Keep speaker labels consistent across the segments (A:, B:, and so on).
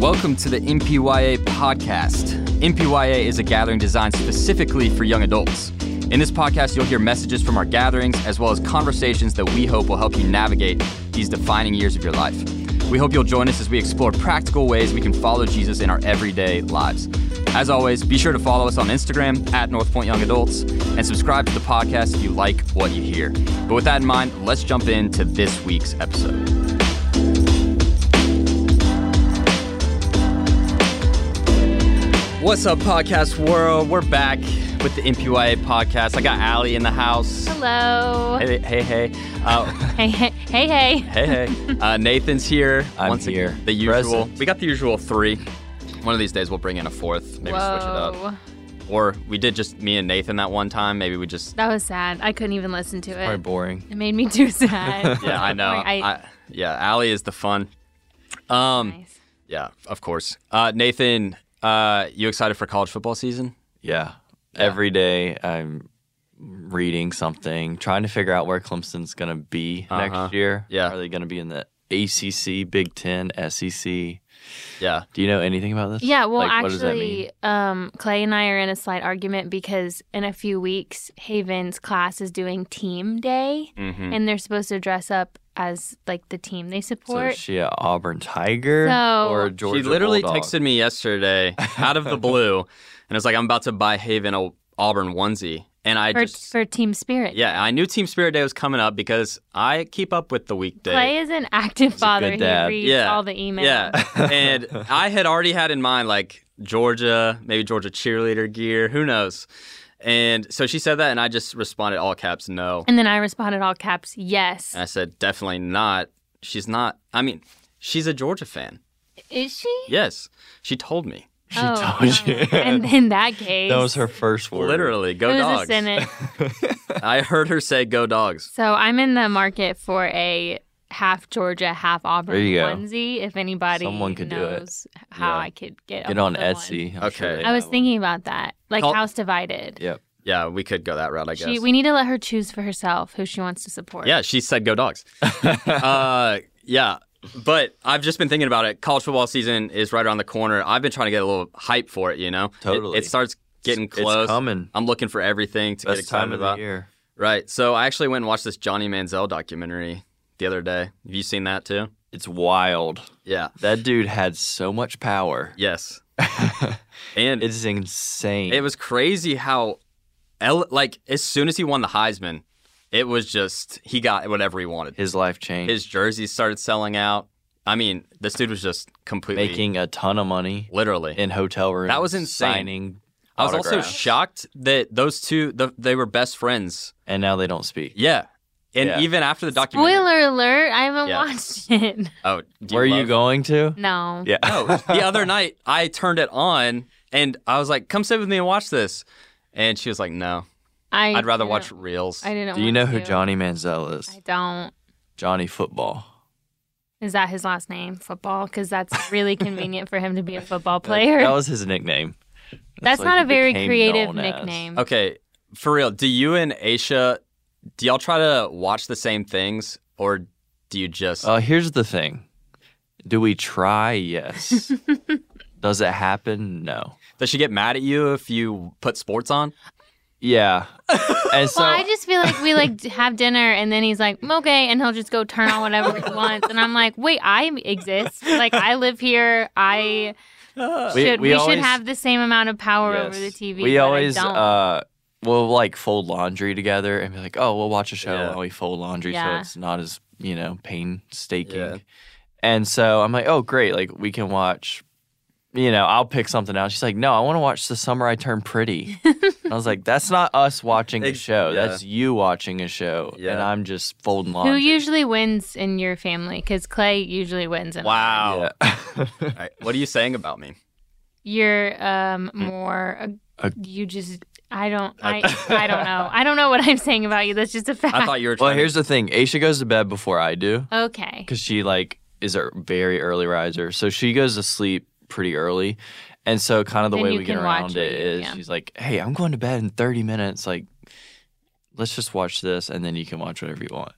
A: Welcome to the MPYA podcast. MPYA is a gathering designed specifically for young adults. In this podcast, you'll hear messages from our gatherings as well as conversations that we hope will help you navigate these defining years of your life. We hope you'll join us as we explore practical ways we can follow Jesus in our everyday lives. As always, be sure to follow us on Instagram at North Point Young Adults and subscribe to the podcast if you like what you hear. But with that in mind, let's jump into this week's episode. What's up, podcast world? We're back with the MPYA podcast. I got Allie in the house.
B: Hello.
A: Hey, hey, hey. Uh,
B: Hey, hey, hey, hey.
A: hey, hey. Uh, Nathan's here.
C: I'm
A: ag-
C: here.
A: The usual.
C: Present.
A: We got the usual three. One of these days we'll bring in a fourth. Maybe switch it up.
B: Whoa.
A: Or we did just me and Nathan that one time. Maybe we just.
B: That was sad. I couldn't even listen to
C: Probably
B: it.
C: boring.
B: It made me too sad.
A: Yeah, I know.
B: Like, I-
A: I, yeah, Allie is the fun. Um,
B: Nice.
A: Yeah, of course. Uh, Nathan, uh, you excited for college football season?
C: Yeah. Every day I'm reading something, trying to figure out where Clemson's going to be
A: Uh-huh.
C: next year.
A: Yeah.
C: Are they going to be in the ACC, Big Ten, SEC? Do
A: Yeah.
C: you know anything about this?
B: Yeah, well,
C: Like, What does that mean?
B: actually, um, Clay and I are in a slight argument because in a few weeks, Haven's class is doing team day,
A: Mm-hmm.
B: and they're supposed to dress up as like the team they
C: So
B: support.
C: is she an Auburn Tiger
B: So-
C: or a Georgia
A: She literally
C: Bulldog?
A: texted me yesterday out of the blue, and it was like, "I'm about to buy Haven a Auburn onesie," and I
B: for,
A: just
B: for Team Spirit.
A: yeah, I knew Team Spirit Day was coming up because I keep up with the weekday.
B: Clay is an active father. He
C: dad.
B: reads
A: Yeah.
B: all the emails.
A: Yeah, and I had already had in mind like Georgia, maybe Georgia cheerleader gear, who knows. And so she said that, and I just responded all caps, no.
B: And then I responded all caps, yes.
A: And I said, definitely not. She's not. I mean, she's a Georgia fan.
B: Is she?
A: Yes, she told me.
C: She
B: Oh,
C: told you.
B: and in that case,
C: that was her first word.
A: Literally, go
B: it was
A: dogs.
B: a Senate.
A: I heard her say, "Go dogs."
B: So I'm in the market for a half Georgia, half Auburn
C: There you go.
B: onesie. If anybody
C: Someone could do it.
B: knows how
A: Yeah.
B: I could get
C: Get
B: a-
C: on
B: the
C: Etsy. I'm
A: Okay.
C: sure they
B: One. I was
C: have one.
B: thinking about that, like
A: Call-
B: House Divided.
C: Yep.
A: Yeah, we could go that route, I guess.
B: She, we need to let her choose for herself who she wants to support.
A: yeah, she said go dogs. uh, yeah, but I've just been thinking about it. College football season is right around the corner. I've been trying to get a little hype for it, you know? It-
C: Totally.
A: It, starts getting
C: It's
A: close.
C: coming.
A: I'm looking for everything to get
C: Best
A: excited
C: time of
A: about.
C: the year.
A: Right. So I actually went and watched this Johnny Manziel documentary the other day. Have you seen that too?
C: It's wild.
A: Yeah.
C: That dude had so much power.
A: Yes. and
C: It's insane.
A: it was crazy how ele- like as soon as he won the Heisman, it was just he got whatever he wanted.
C: his life changed.
A: his jerseys started selling out. I mean, this dude was just completely
C: making a ton of money
A: literally.
C: in hotel rooms.
A: That was insane.
C: Signing
A: I was also
C: autographs.
A: shocked that those two the, they were best friends.
C: and now they don't speak.
A: Yeah. And
C: Yeah.
A: even after the documentary.
B: Spoiler alert! I haven't
A: Yeah.
B: watched it.
A: Oh, do
C: Where are you
A: love-
C: going
B: Mm,
C: to?
B: No.
C: Yeah.
A: No, the other night I turned it on and I was like, "Come sit with me and watch this." And she was like, "No,
B: I
A: I'd rather
B: didn't-
A: watch reels."
B: I didn't.
C: Do you
B: want
C: know who
B: to.
C: Johnny Manziel is?
B: I don't.
C: Johnny Football.
B: Is that his last name? Football? Because that's really convenient for him to be a football player.
C: That was his nickname.
B: That's
C: what
B: not
C: he
B: a very
C: became
B: creative
C: known as.
B: nickname.
A: Okay, for real. Do you and Aisha do y'all try to watch the same things or do you just
C: Uh, here's the thing. Do we try? Yes. Does it happen? No.
A: Does she get mad at you if you put sports on?
C: Yeah. And so
B: Well, I just feel like we like have dinner and then he's like, "Mm, okay, and he'll just go turn on whatever he wants, and I'm like, wait, I exist. Like I live here. I
C: we,
B: should. We,
C: we always,
B: should have the same amount of power over the
C: Yes.
B: TV.
C: We
B: but I
C: always
B: don't.
C: uh we'll like fold laundry together and be like, oh, we'll watch a show
A: Yeah.
C: while we fold laundry,
B: Yeah.
C: so it's not as you know painstaking.
A: Yeah.
C: And so I'm like, oh, great, like we can watch. You know, I'll pick something out. She's like, no, I want to watch The Summer I Turned Pretty. And I was like, that's not us watching a
A: Ex-
C: show.
A: yeah.
C: That's you watching a show, and
A: Yeah.
C: I'm just folding
B: who
C: laundry.
B: usually wins in your family? Because Clay usually wins. In
A: Wow.
C: Yeah.
A: All right, What are you saying about me?
B: You're um more. Uh,
C: Mm. A-
B: you just. I don't. I. I don't know. I don't know what I'm saying about you. That's just a fact.
A: I thought you were.
C: well,
A: Trying
C: here's the thing. Aisha goes to bed before I do.
B: okay.
C: because she like is a very early riser, so she goes to sleep pretty early, and so kind of the
B: Then
C: way
B: you
C: we get
B: can watch
C: around it
B: it,
C: is
B: yeah.
C: she's like, "Hey, I'm going to bed in 30 minutes. Like, let's just watch this, and then you can watch whatever you want."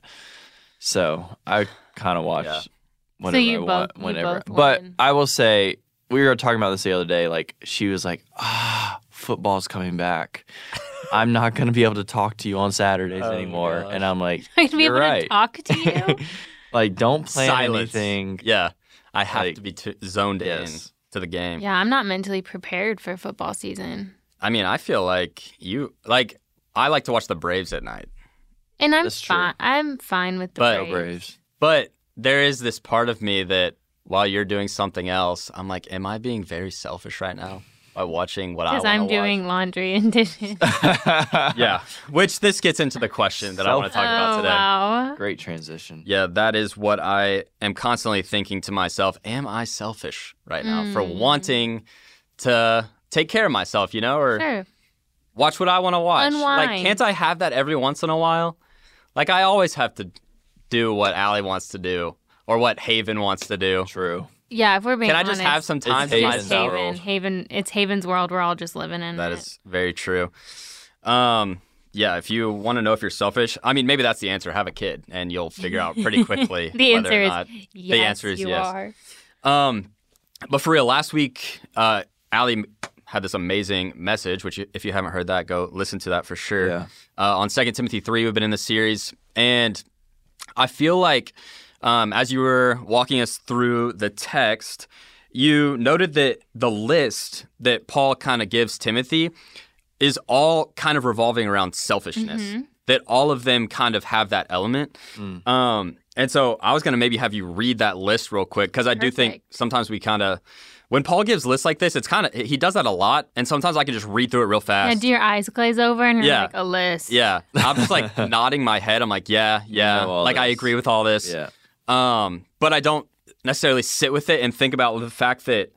C: So I kind of watch
A: Yeah.
C: whenever
B: you
C: I
B: both-
C: want,
B: you
C: whenever.
B: both
C: but
B: win.
C: I will say, we were talking about this the other day. Like she was like, ah, football's coming back. I'm not gonna be able to talk to you on Saturdays
A: Oh my
C: anymore.
A: gosh.
C: And I'm like,
B: I'd be
C: You're
B: able to
C: right.
B: talk to you.
C: like don't plan
A: Silence.
C: anything.
A: Yeah, I have
C: Like-
A: to be t- zoned
C: Yes.
A: in to the game.
B: yeah, I'm not mentally prepared for football season.
A: I mean, I feel like you like I like to watch the Braves at night,
B: And I'm
C: That's true.
B: fine. I'm fine with the
A: But-
C: No
B: Braves.
C: Braves.
A: but there is this part of me that while you're doing something else, I'm like, am I being very selfish right now by watching what I?
B: Because
A: wanna
B: I'm
A: watch?
B: doing laundry and dishes.
A: Yeah, which this gets into the question that I want to talk about
B: oh,
A: today.
B: wow.
C: Great transition.
A: Yeah, that is what I am constantly thinking to myself. Am I selfish right now for
B: Mm.
A: wanting to take care of myself, you know, or
B: Sure.
A: watch what I want to watch? Like,
B: Unwind.
A: can't I have that every once in a while? Like, I always have to do what Allie wants to do or what Haven wants to do.
C: True.
B: Yeah, if we're being
A: Can I
B: honest,
A: just have some time
B: it's
A: to
B: just
C: Haven's
A: myself?
B: Haven. Haven. It's Haven's world. We're all just living in
A: That
B: it.
A: is very true. Um, yeah, if you want to know if you're selfish, I mean, maybe that's the answer. Have a kid, and you'll figure out pretty quickly
B: the
A: whether
B: answer
A: or
B: is
A: not
B: yes.
A: answer is
B: you
A: yes.
B: Are.
A: Um, but for real, last week, uh, Ali had this amazing message, which if you haven't heard that, go listen to that for sure.
C: Yeah.
A: Uh, on Second Timothy three, we've been in the series, and I feel like um, as you were walking us through the text, you noted that the list that Paul kind of gives Timothy is all kind of revolving around selfishness. That all of them kind of have that element. Um, and so I was going to maybe have you read that list real quick because I do think
B: Perfect.
A: sometimes we kind of, when Paul gives lists like this, it's kind of, he does that a lot. And sometimes I can just read through it real
B: Now,
A: fast.
B: do your eyes glaze over and you're
A: Yeah.
B: like a list?
A: Yeah, I'm just like nodding my head. I'm like, yeah, yeah.
C: know all
A: like I
C: this.
A: agree with all this.
C: Yeah.
A: Um, but I don't necessarily sit with it and think about the fact that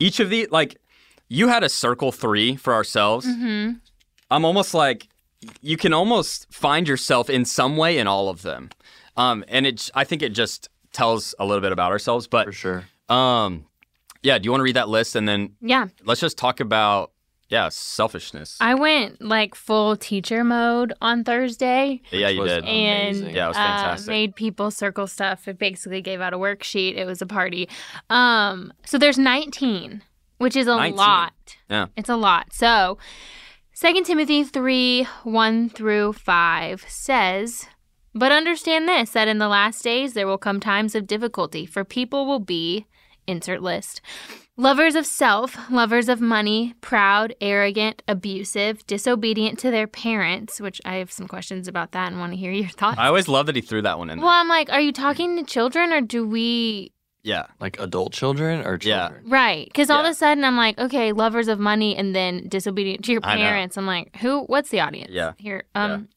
A: each of the like, you had a circle three for ourselves.
B: hmm
A: I'm almost like you can almost find yourself in some way in all of them. Um, and it, I think it just tells a little bit about ourselves. But
C: For sure.
A: um, yeah, do you want to read that list and then
B: Yeah.
A: let's just talk about yeah selfishness.
B: I went like full teacher mode on Thursday.
A: yeah, you
C: was
A: did.
C: amazing.
B: And
A: Yeah, it was
B: uh,
A: fantastic.
B: made people circle stuff. It basically gave out a worksheet. It was a party. Um, so there's 19, which is a
A: 19.
B: lot.
A: Yeah.
B: It's a lot. So 2 Timothy 3 1 through 5 says, But understand this, that in the last days there will come times of difficulty, for people will be, insert list, lovers of self, lovers of money, proud, arrogant, abusive, disobedient to their parents, which I have some questions about that and want to hear your thoughts.
A: I always love that he threw that one in.
B: well,
A: There.
B: I'm like, are you talking to children or do we?
A: Yeah,
C: Like adult children or
A: Yeah.
C: children?
B: Right. Because all
A: Yeah.
B: of a sudden I'm like, okay, lovers of money and then disobedient to your
A: I know.
B: parents. I'm like, who? What's the audience?
A: Yeah.
B: Here. Um,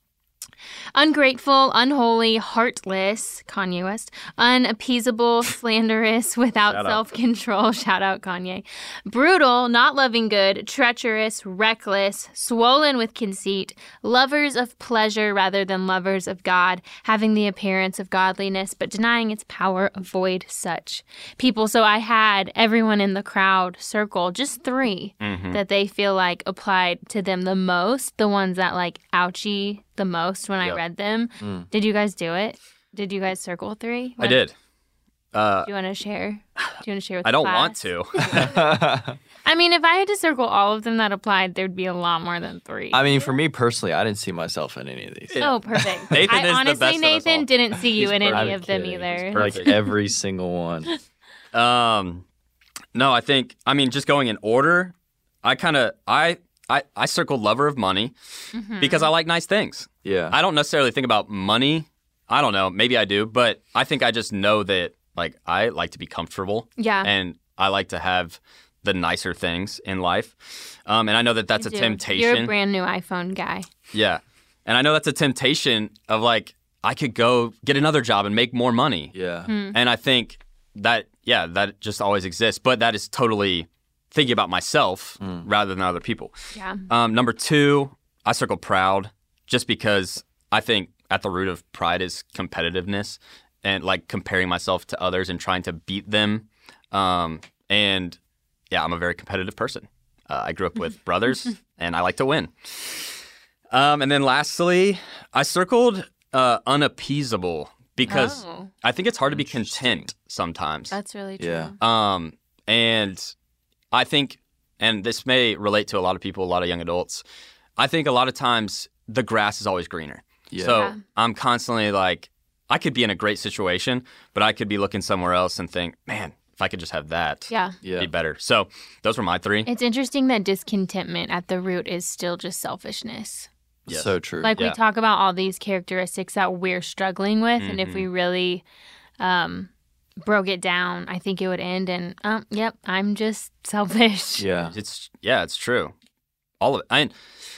B: Ungrateful, unholy, heartless, Kanye West, unappeasable, slanderous, without
A: Shout out.
B: self control, shout out Kanye, brutal, not loving good, treacherous, reckless, swollen with conceit, lovers of pleasure rather than lovers of God, having the appearance of godliness but denying its power, avoid such people. So I had everyone in the crowd circle, just 3
A: Mm.
B: that they feel like applied to them the most, the ones that like ouchie the most when
A: Yep.
B: I read them. Did you guys do it? Did you guys circle three?
A: Mm. I did. Uh,
B: Do you want to share? Do you want to share with
A: I
B: the
A: don't want
B: class?
A: to.
B: I mean, if I had to circle all of them that applied, there'd be a lot more than three.
C: I mean, for me personally, I didn't see myself in any of these.
B: oh, perfect.
A: Nathan is
B: I
A: the
B: honestly,
A: best of us all.
B: Nathan, didn't see you
A: He's
B: in
A: perfect.
B: any
C: I'm
B: of them
C: kidding.
B: either.
A: He's
C: Like
A: Perfect.
C: every single one.
A: Um, no, I think I mean just going in order. I kind of I, I I circled lover of money
B: Mm-hmm.
A: because I like nice things.
C: Yeah.
A: I don't necessarily think about money. I don't know. Maybe I do, but I think I just know that like I like to be comfortable
B: Yeah.
A: and I like to have the nicer things in life. Um, and I know that that's a
B: You do.
A: temptation.
B: You're a brand new iPhone guy.
A: Yeah. And I know that's a temptation of like, I could go get another job and make more money.
C: yeah.
B: Hmm.
A: Mm-hmm. And I think that, yeah, that just always exists. But that is totally thinking about myself rather than other people.
B: Yeah.
A: Um, number two, I circle proud just because I think at the root of pride is competitiveness and like comparing myself to others and trying to beat them. Um, and yeah, I'm a very competitive person. Uh, I grew up with brothers and I like to win. Um, and then lastly, I circled uh, unappeasable because
B: Oh,
A: I think it's hard to be
C: Interesting.
A: content sometimes.
B: that's really true.
C: Yeah.
A: Um, and I think, and this may relate to a lot of people, a lot of young adults, I think a lot of times the grass is always greener.
C: Yeah.
A: So
B: Yeah.
A: I'm constantly like, I could be in a great situation, but I could be looking somewhere else and think, man, if I could just have that,
B: Yeah.
A: it'd
C: Yeah.
A: be better. So those were my three.
B: It's interesting that discontentment at the root is still just selfishness.
A: Yes.
C: So true.
B: Like we
A: Yeah.
B: talk about all these characteristics that we're struggling with, and if
C: Mm-hmm.
B: we really um, broke it down, I think it would end in, um, yep, I'm just selfish.
C: yeah.
A: It's yeah, it's true. All of it. I,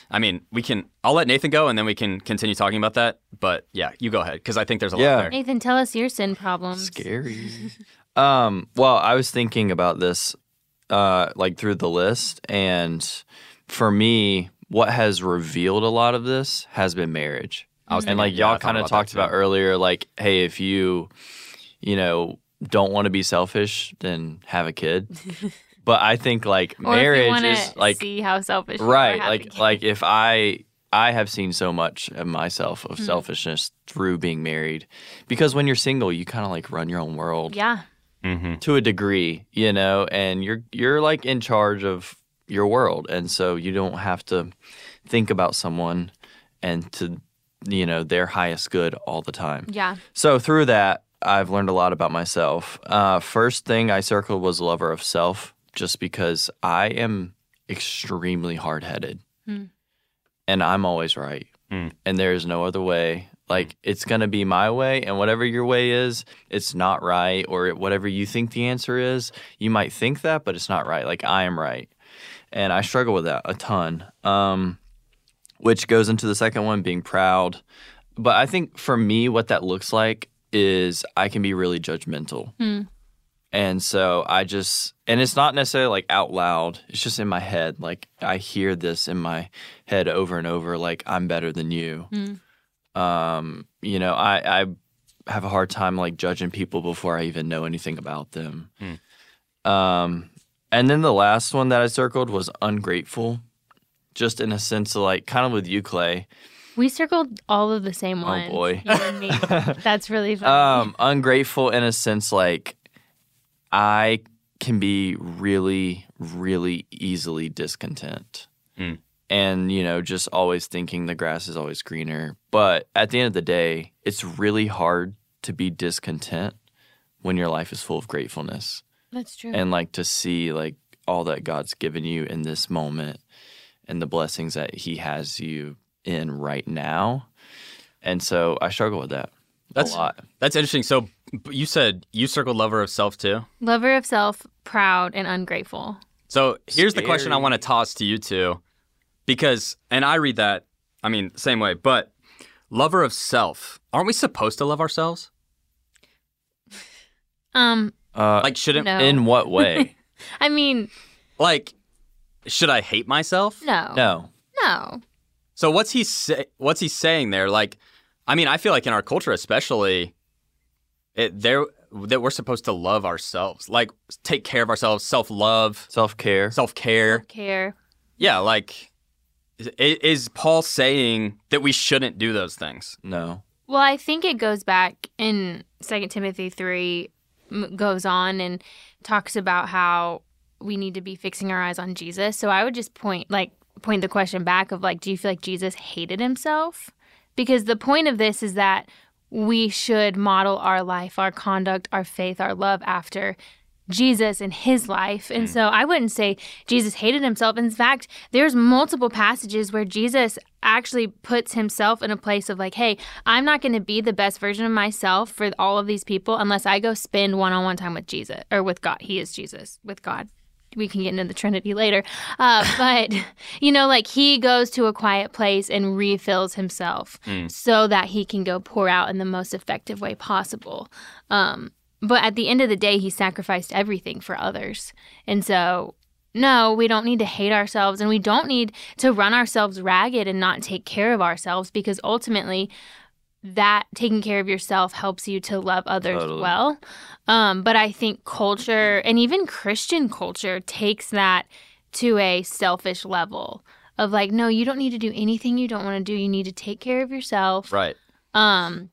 A: I mean, we can. I'll let Nathan go, and then we can continue talking about that. But yeah, you go ahead because I think there's a
C: Yeah.
A: lot there.
B: Nathan, tell us your sin problems.
C: Scary. um, well, I was thinking about this uh like through the list and for me, what has revealed a lot of this has been marriage.
A: I was
B: Mm-hmm.
A: thinking-
C: and like
A: yeah, I
C: y'all
A: thought
C: kind of
A: about that
C: talked
A: too.
C: about earlier like hey, if you you know, don't want to be selfish, then have a kid. but I think like
B: Or if you
C: marriage
B: wanna
C: is like
B: see how selfish you are
C: right
B: having
C: like like if i i have seen so much of myself of selfishness through being married because when you're single you kind of like run your own
B: it.
C: world
B: yeah,
C: to a degree you know and you're you're like in charge of your world and so you don't have to think about someone and to you know their highest good all the time
B: yeah,
C: so through that, I've learned a lot about myself. Uh, first thing I circled was lover of self, just because I am extremely hard headed,
B: Hmm.
C: and I'm always right,
A: Hmm.
C: and there is no other way. Like it's gonna be my way, and whatever your way is, it's not right, or it- whatever you think the answer is, you might think that, but it's not right. Like I am right, and I struggle with that a ton. Um, which goes into the second one, being proud. But I think for me, what that looks like is I can be really judgmental.
B: Hmm.
C: And so I just, and it's not necessarily like out loud, it's just in my head. Like I hear this in my head over and over, like, I'm better than you. Um, you know, I, I have a hard time like judging people before I even know anything about them. Um, and then the last one that I circled was ungrateful, just in a sense of like, kind of with you, Clay.
B: we circled all of the same
C: Oh,
B: ones.
C: boy.
B: you and me. that's really fun.
C: um, ungrateful in a sense like I can be really, really easily discontent.
A: Mm.
C: And, you know, just always thinking the grass is always greener. But at the end of the day, it's really hard to be discontent when your life is full of gratefulness
B: that's true.
C: and like to see like all that God's given you in this moment and the blessings that he has you in right now. And so I struggle with that.
A: That's-
C: a lot.
A: That's interesting. So b- you said you circled lover of self too.
B: Lover of self, proud and ungrateful.
A: So here's the question I
C: Scary.
A: want to toss to you two, because and I read that, I mean, same way. But lover of self, aren't we supposed to love ourselves?
B: Um,
C: Uh,
A: Like, shouldn't
B: No.
C: in what way?
B: I mean,
A: like should I hate myself?
B: no,
C: no.
B: no.
A: So what's he say, what's he saying there? Like, I mean, I feel like in our culture, especially, it, there that we're supposed to love ourselves, like take care of ourselves, self love,
C: Self care.
A: self care.
B: care.
A: Yeah, like, is, is Paul saying that we shouldn't do those things?
C: No.
B: Well, I think it goes back in Second Timothy three m- goes on and talks about how we need to be fixing our eyes on Jesus. So I would just point like point the question back of like, do you feel like Jesus hated himself? Because the point of this is that we should model our life, our conduct, our faith, our love after Jesus and his life. And so I wouldn't say Jesus hated himself. In fact, there's multiple passages where Jesus actually puts himself in a place of like, hey, I'm not going to be the best version of myself for all of these people unless I go spend one on one time with Jesus or with God. He is Jesus, with God we can get into the Trinity later. Uh, but, you know, like he goes to a quiet place and refills himself so that he can go pour out in the most effective way possible. Um, but at the end of the day, he sacrificed everything for others. And so, no, we don't need to hate ourselves and we don't need to run ourselves ragged and not take care of ourselves because ultimately, that taking care of yourself helps you to love others
C: Totally.
B: well. Um, but I think culture and even Christian culture takes that to a selfish level of like, no, you don't need to do anything you don't want to do. You need to take care of yourself.
A: Right.
B: Um,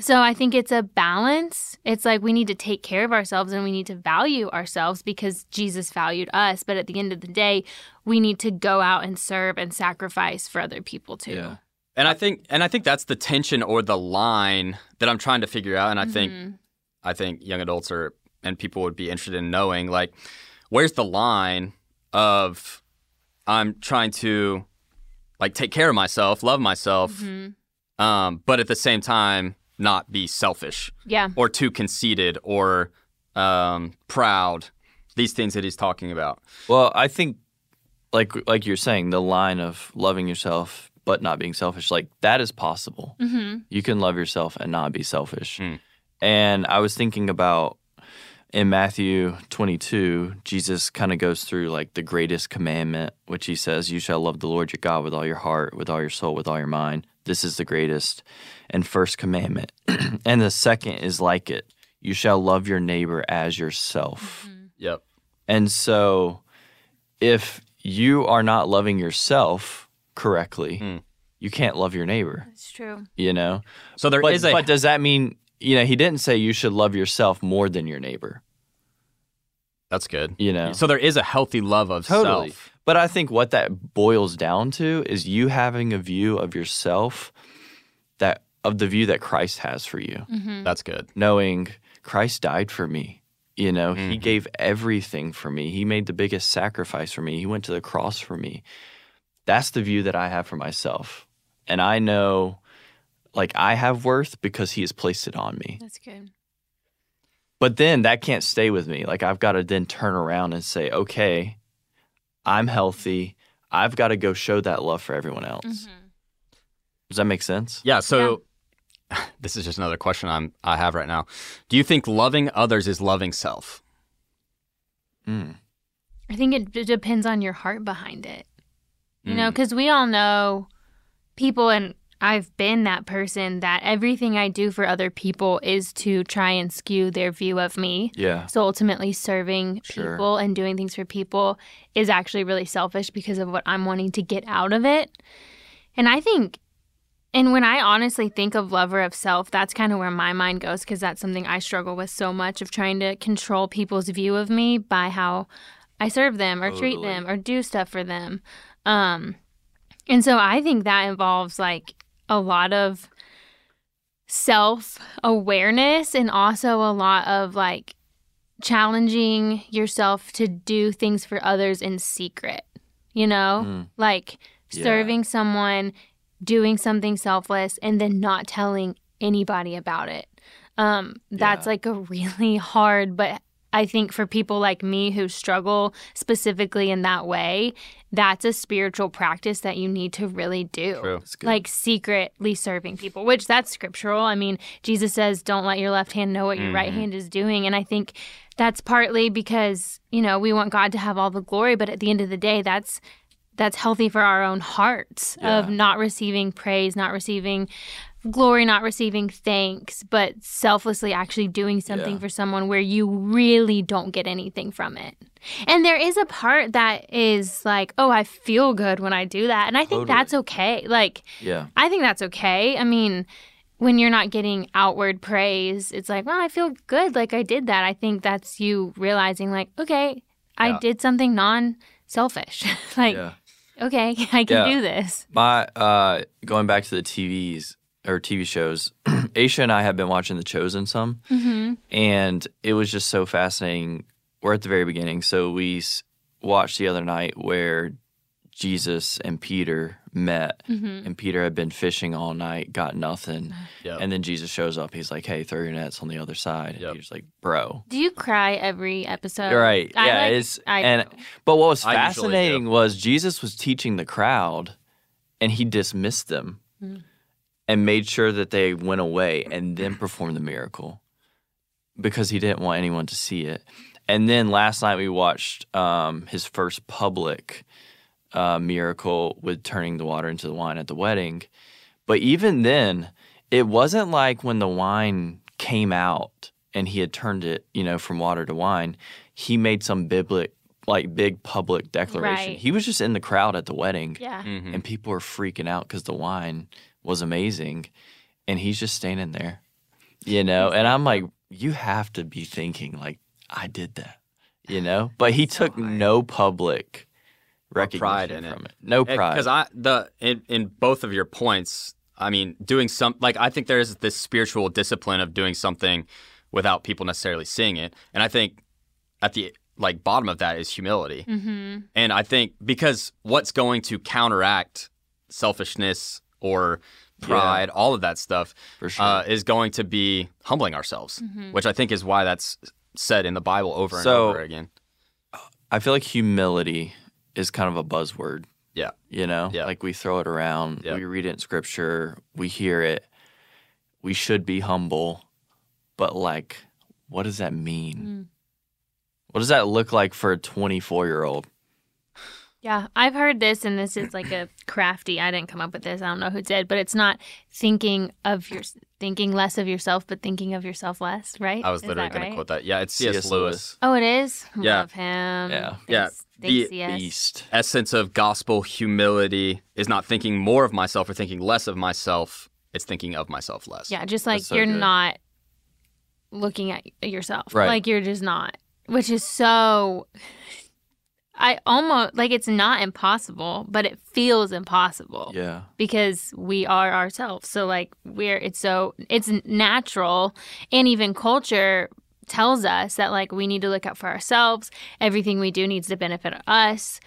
B: So I think it's a balance. It's like we need to take care of ourselves and we need to value ourselves because Jesus valued us. But at the end of the day, we need to go out and serve and sacrifice for other people too.
C: Yeah.
A: And I think and I think that's the tension or the line that I'm trying to figure out. And I think
B: Mhm.
A: I think young adults are and people would be interested in knowing like where's the line of I'm trying to like take care of myself, love myself,
B: Mhm.
A: um, but at the same time not be selfish
B: yeah.
A: or too conceited or um, proud. These things that he's talking about.
C: Well, I think like like you're saying, the line of loving yourself but not being selfish, like that is possible.
B: hmm
C: You can love yourself and not be selfish.
A: Mm.
C: And I was thinking about in Matthew 22, Jesus kind of goes through like the greatest commandment, which he says, You shall love the Lord your God with all your heart, with all your soul, with all your mind. This is the greatest and first commandment. and the second is like it you shall love your neighbor as yourself.
A: Yep.
C: And so if you are not loving yourself correctly,
A: Mm.
C: you can't love your neighbor,
B: That's true.
C: you know?
A: So there is
C: but,
A: a
C: but does that mean, you know, he didn't say you should love yourself more than your neighbor,
A: that's good.
C: you know?
A: So there is a healthy love of
C: Totally.
A: self.
C: But I think what that boils down to is you having a view of yourself that of the view that Christ has for you,
B: hmm
A: That's good.
C: knowing Christ died for me. You know, he
A: Mhm.
C: gave everything for me. He made the biggest sacrifice for me. He went to the cross for me. That's the view that I have for myself. And I know like I have worth because he has placed it on me.
B: That's good.
C: But then that can't stay with me. Like I've got to then turn around and say, okay, I'm healthy. I've got to go show that love for everyone else.
B: Mm-hmm.
C: Does that make sense?
A: Yeah. So this is just another question I'm I have right now. Do you think loving others is loving self?
C: Mm.
B: I think it d- depends on your heart behind it. You know, because we all know people, and I've been that person that everything I do for other people is to try and skew their view of me.
C: Yeah.
B: So ultimately, serving
C: Sure.
B: people and doing things for people is actually really selfish because of what I'm wanting to get out of it. And I think, and when I honestly think of lover of self, that's kind of where my mind goes because that's something I struggle with so much of trying to control people's view of me by how I serve them or treat
C: Totally.
B: them or do stuff for them. Um, and so I think that involves like a lot of self awareness and also a lot of like challenging yourself to do things for others in secret, you know?
C: Mm.
B: Like
C: Yeah.
B: serving someone, doing something selfless, and then not telling anybody about it. Um, that's
C: Yeah.
B: like a really hard, but I think for people like me who struggle specifically in that way, that's a spiritual practice that you need to really do
A: True.
C: That's good.
B: like secretly serving people, which that's scriptural. I mean, Jesus says, don't let your left hand know what your right
A: Mhm.
C: Mm-hmm.
B: hand is doing. And I think that's partly because, you know, we want God to have all the glory, but at the end of the day, that's that's healthy for our own hearts of
C: Yeah.
B: not receiving praise, not receiving glory, not receiving thanks, but selflessly actually doing something
C: Yeah.
B: for someone where you really don't get anything from it. And there is a part that is like, oh, I feel good when I do that. And I think
C: Totally.
B: that's okay. Like,
C: yeah.
B: I think that's okay. I mean, when you're not getting outward praise, it's like, well, I feel good like I did that. I think that's you realizing, like, okay, I
A: Yeah.
B: did something non selfish. like,
C: yeah.
B: okay, I can
C: Yeah.
B: do this.
C: My uh going back to the TVs or TV shows, Aisha and I have been watching The Chosen some.
B: hmm
C: and it was just so fascinating. We're at the very beginning, so we s- watched the other night where Jesus and Peter met,
B: hmm
C: and Peter had been fishing all night, got nothing,
A: Yep.
C: and then Jesus shows up. He's like, "Hey, throw your nets on the other side."
A: Yep.
C: And Peter's like, "Bro."
B: Do you cry every episode?
C: Right.
B: Oh, I
C: yeah,
B: like-
C: it's
B: I
C: and but what was
A: I usually do.
C: fascinating was Jesus was teaching the crowd and he dismissed them
B: Mm.
C: and made sure that they went away and then performed the miracle because he didn't want anyone to see it. And then last night we watched um, his first public uh, miracle with turning the water into the wine at the wedding. But even then, it wasn't like when the wine came out and he had turned it, you know, from water to wine. He made some biblic, like big public declaration.
B: Right.
C: He was just in the crowd at the wedding,
B: yeah.
A: Mhm.
C: and people were freaking out because the wine was amazing, and he's just standing there. you know? And I'm like, you have to be thinking, like, I did that, you know? But he took no public recognition
A: pride in it.
C: from it. No pride.
A: Because I the in, in both of your points, I mean, doing some like I think there is this spiritual discipline of doing something without people necessarily seeing it, and I think at the like bottom of that is humility,
B: Mm-hmm.
A: and I think because what's going to counteract selfishness or pride, all of that stuff,
C: for sure.
A: uh, is going to be humbling ourselves,
B: Mhm.
A: which I think is why that's said in the Bible over and
C: So-
A: over again.
C: I feel like humility is kind of a buzzword.
A: Yeah.
C: You know,
A: Yeah.
C: like we throw it around,
A: Yeah.
C: we read it in scripture, we hear it. We should be humble, but like, what does that mean?
B: Mm.
C: What does that look like for a 24 year old?
B: Yeah, I've heard this, and this is like a crafty. I didn't come up with this. I don't know who did, but it's not thinking of your thinking less of yourself, but thinking of yourself less, right?
A: I was
B: Is
A: literally
B: that
A: going
B: right?
A: to quote that. Yeah, it's C.S.
C: C.S. Lewis.
A: Lewis.
B: Oh, it is.
A: Yeah.
B: Love him.
C: Yeah.
A: Yeah.
B: Thanks, thanks,
A: The
B: CS.
C: Beast.
A: essence of gospel humility is not thinking more of myself or thinking less of myself. It's thinking of myself less.
B: Yeah, just like
C: That's so
B: you're
C: good.
B: not looking at yourself.
C: Right.
B: Like you're just not, which is so. I almost like it's not impossible, but it feels impossible
C: Yeah.
B: because we are ourselves. So like we're it's so it's natural and even culture tells us that like we need to look out for ourselves. Everything we do needs to benefit us.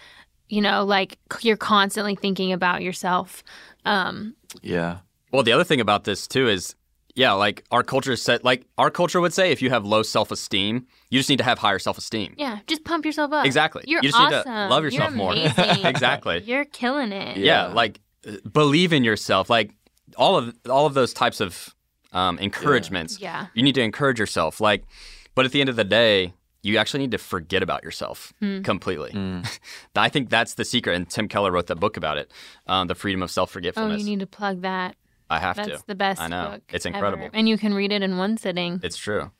B: You know, like you're constantly thinking about yourself. Um
C: Yeah.
A: Well, the other thing about this too is, yeah, like our culture said, like our culture would say, if you have low self esteem, you just need to have higher self esteem.
B: yeah, just pump yourself up.
A: Exactly.
B: You're
A: you just
B: awesome.
A: need to love yourself
B: You're
A: more.
B: amazing.
A: exactly.
B: You're killing it.
A: yeah.
C: Yeah.
A: like uh, believe in yourself. Like all of all of those types of um, encouragements.
B: Yeah.
A: You need to encourage yourself. Like, but at the end of the day, you actually need to forget about yourself
B: Hmm.
A: completely.
C: Mm.
A: I think that's the secret, and Tim Keller wrote that book about it, um, the freedom of self
B: Oh,
A: forgetfulness.
B: you need to plug that.
A: I have
B: That's
A: to.
B: the best
A: I know.
B: book.
A: It's
B: ever.
A: incredible.
B: And you can read it in one sitting.
A: It's true.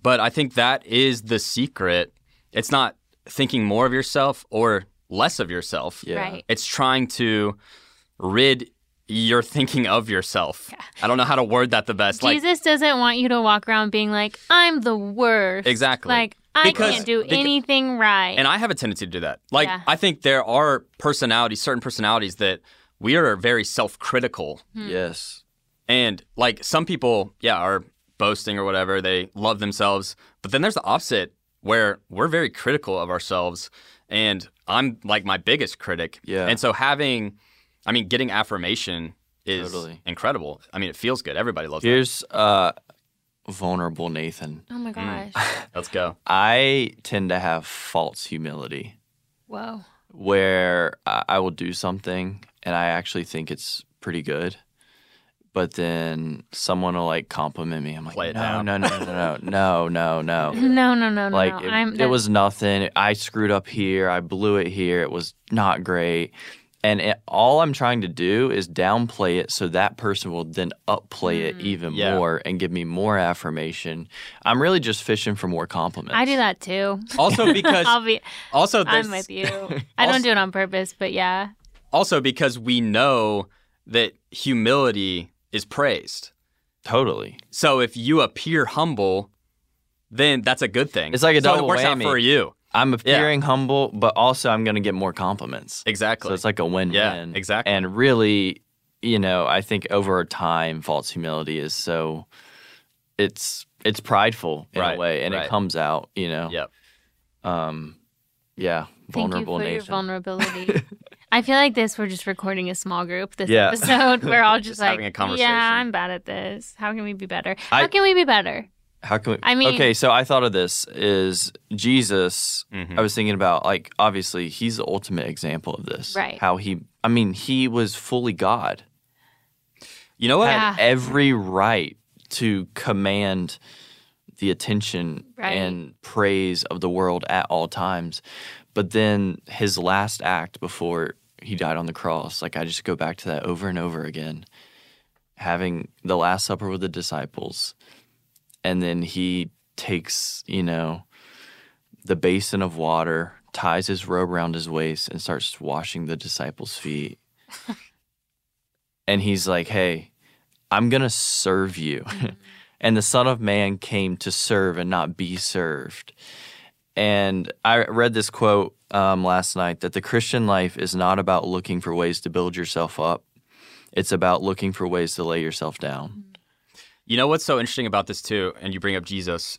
A: But I think that is the secret. It's not thinking more of yourself or less of yourself.
C: Yeah.
B: Right.
A: It's trying to rid your thinking of yourself. I don't know how to word that the best. like
B: Jesus doesn't want you to walk around being like, I'm the worst.
A: Exactly.
B: Like, I
A: Because-
B: can't do
A: beca-
B: anything right.
A: And I have a tendency to do that. Like,
B: Yeah.
A: I think there are personalities, certain personalities that we are very self critical.
C: Yes.
A: And like some people, yeah, are boasting or whatever. They love themselves. But then there's the opposite where we're very critical of ourselves. And I'm like my biggest critic.
C: Yeah.
A: And so having, I mean, getting affirmation is
C: Totally.
A: incredible. I mean, it feels good. Everybody loves it.
C: Here's uh, vulnerable Nathan.
B: oh my
A: Mm.
B: gosh.
A: Let's go.
C: I tend to have false humility.
B: Whoa.
C: where I I will do something and I actually think it's pretty good, but then someone will like compliment me. I'm like,
A: Play it
C: no,
A: down."
C: no, no, no, no, no, no, no.
B: No, no, no, no.
C: Like
B: no.
C: it,
B: I'm,
C: it
B: that-
C: was nothing. I screwed up here. I blew it here. It was not great. And it, all I'm trying to do is downplay it so that person will then upplay
B: Mm.
C: it even
A: Yeah.
C: more and give me more affirmation. I'm really just fishing for more compliments.
B: I do that too.
A: Also,
B: I'll
A: because,
B: be,
A: also, there's,
B: I'm with you. I don't do it on purpose, but yeah.
A: also because we know that humility is praised.
C: Totally.
A: So if you appear humble, then that's a good thing.
C: It's like a
A: so it
C: double
A: works out
C: whammy.
A: for you.
C: I'm appearing humble, but also I'm going to get more compliments.
A: Exactly.
C: So it's like a win-win.
A: Yeah, exactly.
C: And really, you know, I think over time, false humility is so it's it's prideful in
A: Right,
C: a way, and
A: right.
C: it comes out. You know.
A: Yep.
C: Um. Yeah. Vulnerable
B: Thank you for
C: Nathan.
B: your vulnerability. I feel like this we're just recording a small group this
C: Yeah.
B: episode. We're all just,
A: Just
B: like
A: having a conversation.
B: Yeah, I'm bad at this. How can we be better?
C: I-
B: How can we be better?
C: How can we?
B: I mean-
C: okay. So I thought of this is Jesus.
A: Mhm.
C: I was thinking about like obviously he's the ultimate example of this.
B: Right.
C: How he? I mean, he was fully God.
A: You know what?
B: Yeah.
C: had every right to command the attention
B: Right.
C: and praise of the world at all times. But then his last act before he died on the cross, like I just go back to that over and over again, having the Last Supper with the disciples. And then he takes, you know, the basin of water, ties his robe around his waist, and starts washing the disciples' feet. and he's like, hey, I'm going to serve you. And the Son of Man came to serve and not be served. And I read this quote um, last night that the Christian life is not about looking for ways to build yourself up, it's about looking for ways to lay yourself down.
A: You know what's so interesting about this too, and you bring up Jesus,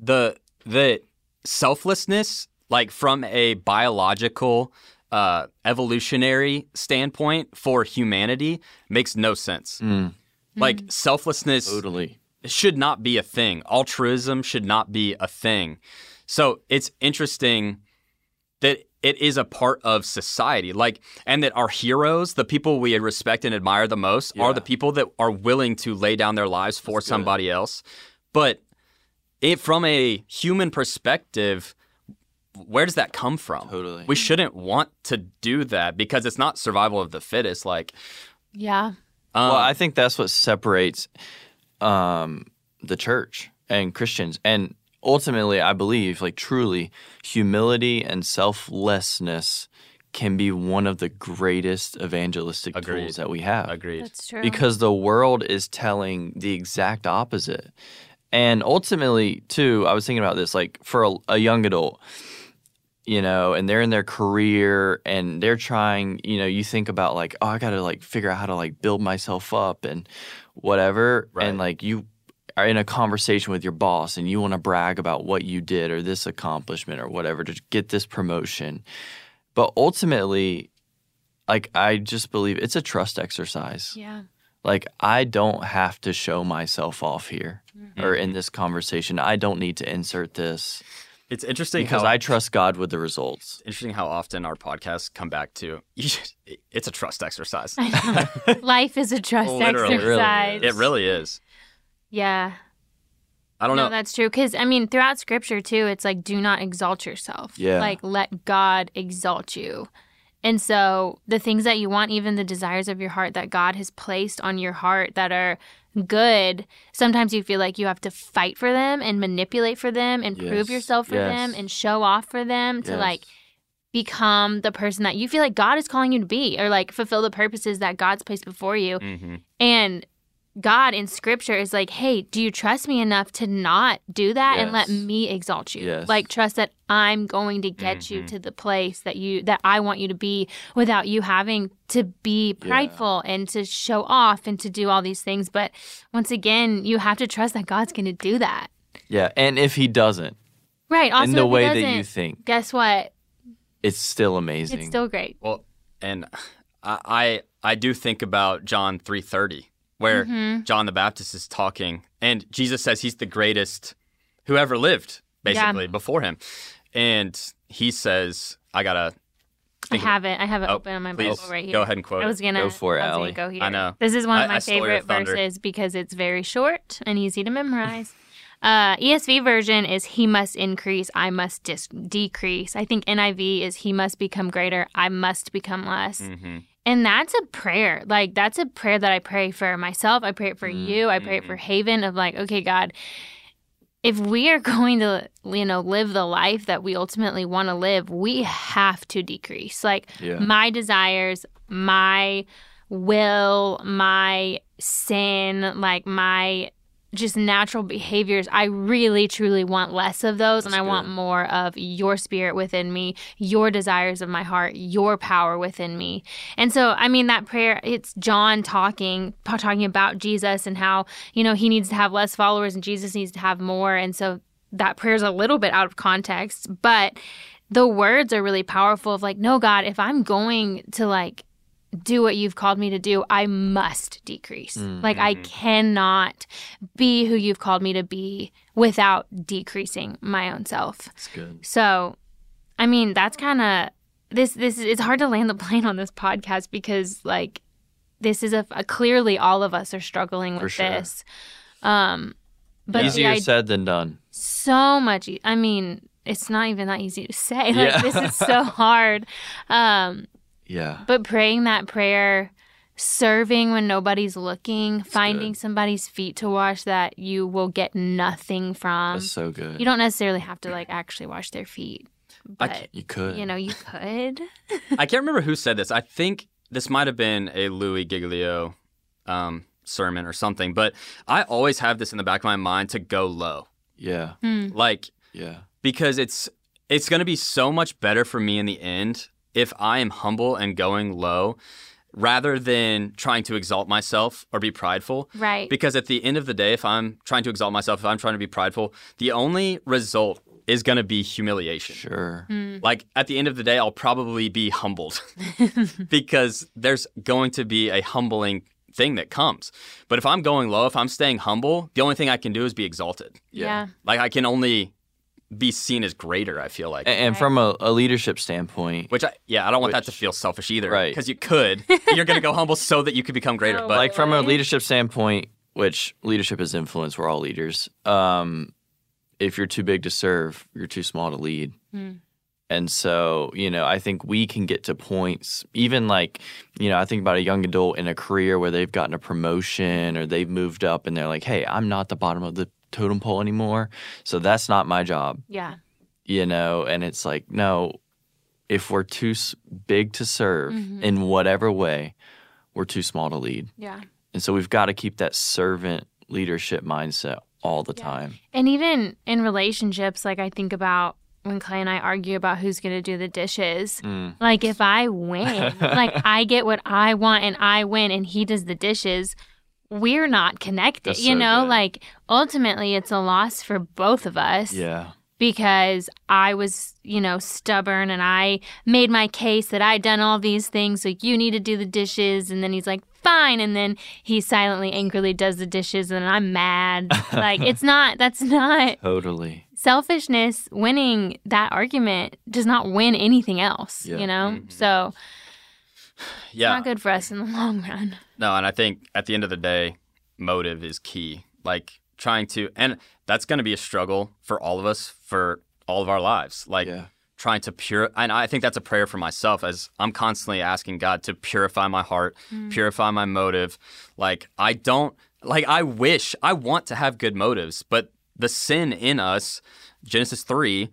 A: the the selflessness, like from a biological, uh, evolutionary standpoint for humanity, makes no sense.
C: Mm.
A: Like selflessness
C: Totally.
A: should not be a thing. Altruism should not be a thing. So it's interesting that it is a part of society. Like, and that our heroes, the people we respect and admire the most, are
C: Yeah.
A: the people that are willing to lay down their lives for somebody else. But it, from a human perspective, where does that come from?
C: Totally.
A: We shouldn't want to do that because it's not survival of the fittest. Like,
B: Yeah.
A: um,
C: well, I think that's what separates um, the church and Christians. And ultimately, I believe, like truly, humility and selflessness can be one of the greatest evangelistic
A: Agreed.
C: tools that we have
A: um, agreed.
B: That's true.
C: because the world is telling the exact opposite. And ultimately, too, I was thinking about this like for a, a young adult, you know, and they're in their career and they're trying, you know, you think about like, oh, I got to like figure out how to like build myself up and whatever.
A: Right.
C: And like you are in a conversation with your boss and you want to brag about what you did or this accomplishment or whatever to get this promotion. But ultimately, like, I just believe it's a trust exercise
B: yeah.
C: like I don't have to show myself off here or in this conversation. I don't need to insert this
A: It's interesting
C: because
A: how
C: I trust God with the results.
A: interesting how often our podcasts come back to you should, it's a trust exercise.
B: Life is a trust
A: Literally,
C: really is.
B: exercise.
A: it really is.
B: Yeah.
A: I don't
B: no,
A: know.
B: that's true. Because I mean, throughout Scripture too, it's like, do not exalt yourself.
C: Yeah.
B: Like, let God exalt you. And so, the things that you want, even the desires of your heart that God has placed on your heart that are good, sometimes you feel like you have to fight for them and manipulate for them and prove
C: Yes.
B: yourself for
C: Yes.
B: them and show off for them to
C: Yes.
B: like become the person that you feel like God is calling you to be or like fulfill the purposes that God's placed before you.
A: hmm
B: And God in scripture is like, hey, do you trust me enough to not do that and let
C: Yes.
B: me exalt you?
C: Yes. Mm-hmm.
B: Like trust that I'm going to get you to the place that you that I want you to be without you having to be prideful and to show off and to do all these things. But once again, you have to trust that God's gonna do that.
C: Yeah. And if he doesn't
B: Right. Also
C: in the
B: if he
C: way that
B: doesn't,
C: you think,
B: guess what?
C: it's still amazing.
B: It's still great.
A: Well, and I, I I do think about John three thirty, where
B: Mm-hmm.
A: John the Baptist is talking, and Jesus says he's the greatest who ever lived, basically before him, and he says, "I gotta
B: I
A: think of-
B: have it. I have it
A: Oh,
B: open on my
A: please
B: Bible right here.
A: go ahead and quote."
B: I was gonna
C: Go for it,
B: I was gonna
C: Allie.
B: Go here.
A: I know.
B: This is one
A: I-
B: of my
A: I stole your
B: favorite
A: thunder.
B: verses because it's very short and easy to memorize. Uh, ESV version is "He must increase, I must dis- decrease." I think NIV is "He must become greater, I must become less."
A: hmm
B: And that's a prayer. Like that's a prayer that I pray for myself. I pray it for you. I pray it for
A: Mm-hmm.
B: Haven. Of like, okay, God, if we are going to, you know, live the life that we ultimately want to live, we have to decrease. Like
C: Yeah.
B: my desires, my will, my sin, like my just natural behaviors. I really truly want less of those and I
C: That's
B: want
C: good.
B: more of your spirit within me, your desires of my heart, your power within me. And so, I mean, that prayer, it's John talking, pa- talking about Jesus and how, you know, he needs to have less followers and Jesus needs to have more. And so that prayer's a little bit out of context, but the words are really powerful of like, no, God, if I'm going to like do what you've called me to do, I must decrease. Like, I cannot be who you've called me to be without decreasing my own self.
C: it's good.
B: So, I mean, that's kind of this. This is it's hard to land the plane on this podcast because like this is a, a- clearly all of us are struggling with
C: sure.
B: this. Um, but the
C: Easier
B: idea-
C: said than done.
B: so much. E- I mean, it's not even that easy to say. Like
C: Yeah.
B: this is so hard. Um,
C: Yeah.
B: but praying that prayer, serving when nobody's looking, finding
C: good.
B: somebody's feet to wash that you will get nothing from.
C: That's so good.
B: Um, You don't necessarily have to like actually wash their feet,
A: I
B: but
C: You could.
B: you know you could.
A: I can't remember who said this. I think this might have been a Louis Giglio um, sermon or something, but I always have this in the back of my mind to go low.
C: Yeah.
B: Mm.
A: Like
C: Yeah.
A: because it's it's going to be so much better for me in the end if I am humble and going low rather than trying to exalt myself or be prideful.
B: Right.
A: Because at the end of the day, if I'm trying to exalt myself, if I'm trying to be prideful, the only result is going to be humiliation.
C: Sure.
B: Mm-hmm. Mm.
A: Like at the end of the day, I'll probably be humbled because there's going to be a humbling thing that comes. But if I'm going low, if I'm staying humble, the only thing I can do is be exalted.
B: yeah.
A: Like I can only be seen as greater, I feel like.
C: A- And from a, a leadership standpoint,
A: which I yeah, I don't want that to feel selfish either.
C: Right.
A: Because you could. You're gonna go humble so that you could become greater.
B: No,
A: but
C: like from a
B: Right.
C: leadership standpoint, which leadership is influence, we're all leaders. Um, if you're too big to serve, you're too small to lead.
B: Mm.
C: And so, you know, I think we can get to points, even like, you know, I think about a young adult in a career where they've gotten a promotion or they've moved up and they're like, hey, I'm not the bottom of the totem pole anymore. So that's not my job,
B: Yeah.
C: you know? And it's like, no, if we're too s- big to serve in whatever way, we're too small to lead.
B: Yeah.
C: And so we've got to keep that servant leadership mindset all the time.
B: And even in relationships, like I think about when Clay and I argue about who's going to do the dishes.
C: Mm.
B: Like if I win, like I get what I want and I win and he does the dishes, we're not connected.
C: That's
B: you
C: so
B: know,
C: good.
B: like ultimately it's a loss for both of us
C: Yeah.
B: because I was, you know, stubborn and I made my case that I'd done all these things, like you need to do the dishes and then he's like, "Fine." And then he silently angrily does the dishes and I'm mad. like it's not that's not
C: Totally.
B: selfishness winning that argument does not win anything else,
C: Yeah. Mm-hmm.
B: you know? So,
A: yeah.
B: not good for us in the long run.
A: No, and I think at the end of the day, motive is key. Like trying to, and that's going to be a struggle for all of us for all of our lives. Like
C: Yeah.
A: trying to pure, and I think that's a prayer for myself as I'm constantly asking God to purify my heart, purify my motive. Like I don't, like I wish, I want to have good motives, but the sin in us, Genesis 3,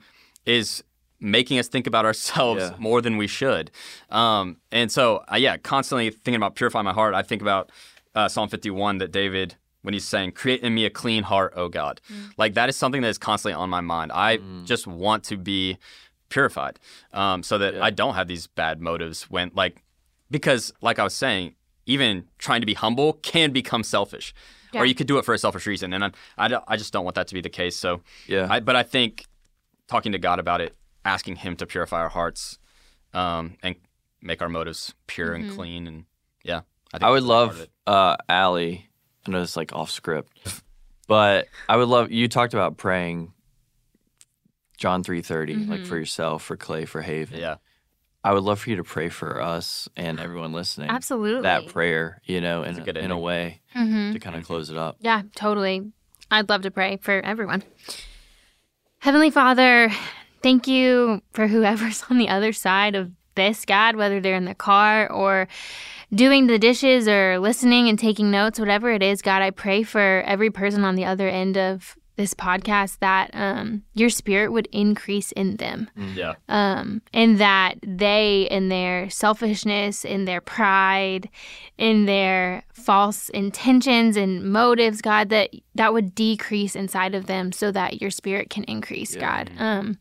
A: is making us think about ourselves
C: Yeah.
A: more than we should. Um, and so, uh, yeah, constantly thinking about purifying my heart. I think about uh, Psalm 51 that David, when he's saying, Create in me a clean heart, O God. Like that is something that is constantly on my mind. I just want to be purified um, so that I don't have these bad motives when, like, because, like I was saying, even trying to be humble can become selfish.
B: Yeah.
A: Or you could do it for a selfish reason. And I, I, don't- I just don't want that to be the case. So,
C: Yeah.
A: I, but I think talking to God about it, asking Him to purify our hearts um, and make our motives pure and clean, and yeah, think
C: I would
A: that's a part of
C: love
A: it.
C: uh, Allie. I know it's like off script, but I would love you talked about praying John three like for yourself, for Clay, for Haven.
A: Yeah,
C: I would love for you to pray for us and everyone listening.
B: Absolutely.
C: That prayer, you know, in,
A: a good
C: in a
A: ending.
C: way
B: Mhm.
C: to kind of close it up.
B: Yeah, totally. I'd love to pray for everyone. Heavenly Father, thank you for whoever's on the other side of this, God, whether they're in the car or doing the dishes or listening and taking notes, whatever it is, God, I pray for every person on the other end of this podcast that um, your spirit would increase in them
A: yeah,
B: um, in that they, in their selfishness, in their pride, in their false intentions and motives, God, that that would decrease inside of them, so that your spirit can increase, God. Um,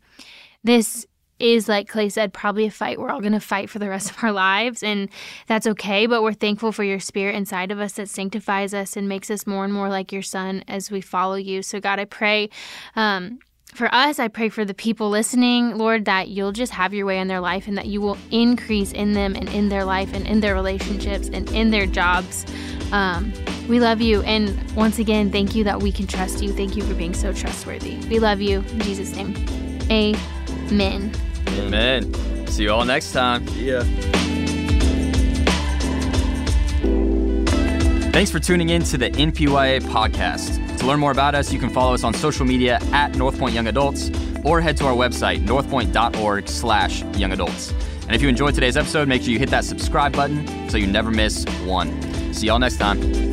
B: this is like Clay said, probably a fight we're all going to fight for the rest of our lives, and that's okay. But we're thankful for your spirit inside of us that sanctifies us and makes us more and more like your Son as we follow you. So, God, I pray um, for us. I pray for the people listening, Lord, that you'll just have your way in their life and that you will increase in them and in their life and in their relationships and in their jobs. Um, we love you. And once again, thank you that we can trust you. Thank you for being so trustworthy. We love you. In Jesus' name. Amen.
A: Amen. See you all next time.
C: Yeah.
A: Thanks for tuning in to the NPYA podcast. To learn more about us, you can follow us on social media at North Point Young Adults or head to our website, northpoint.org slash young adults. And if you enjoyed today's episode, make sure you hit that subscribe button so you never miss one. See y'all next time.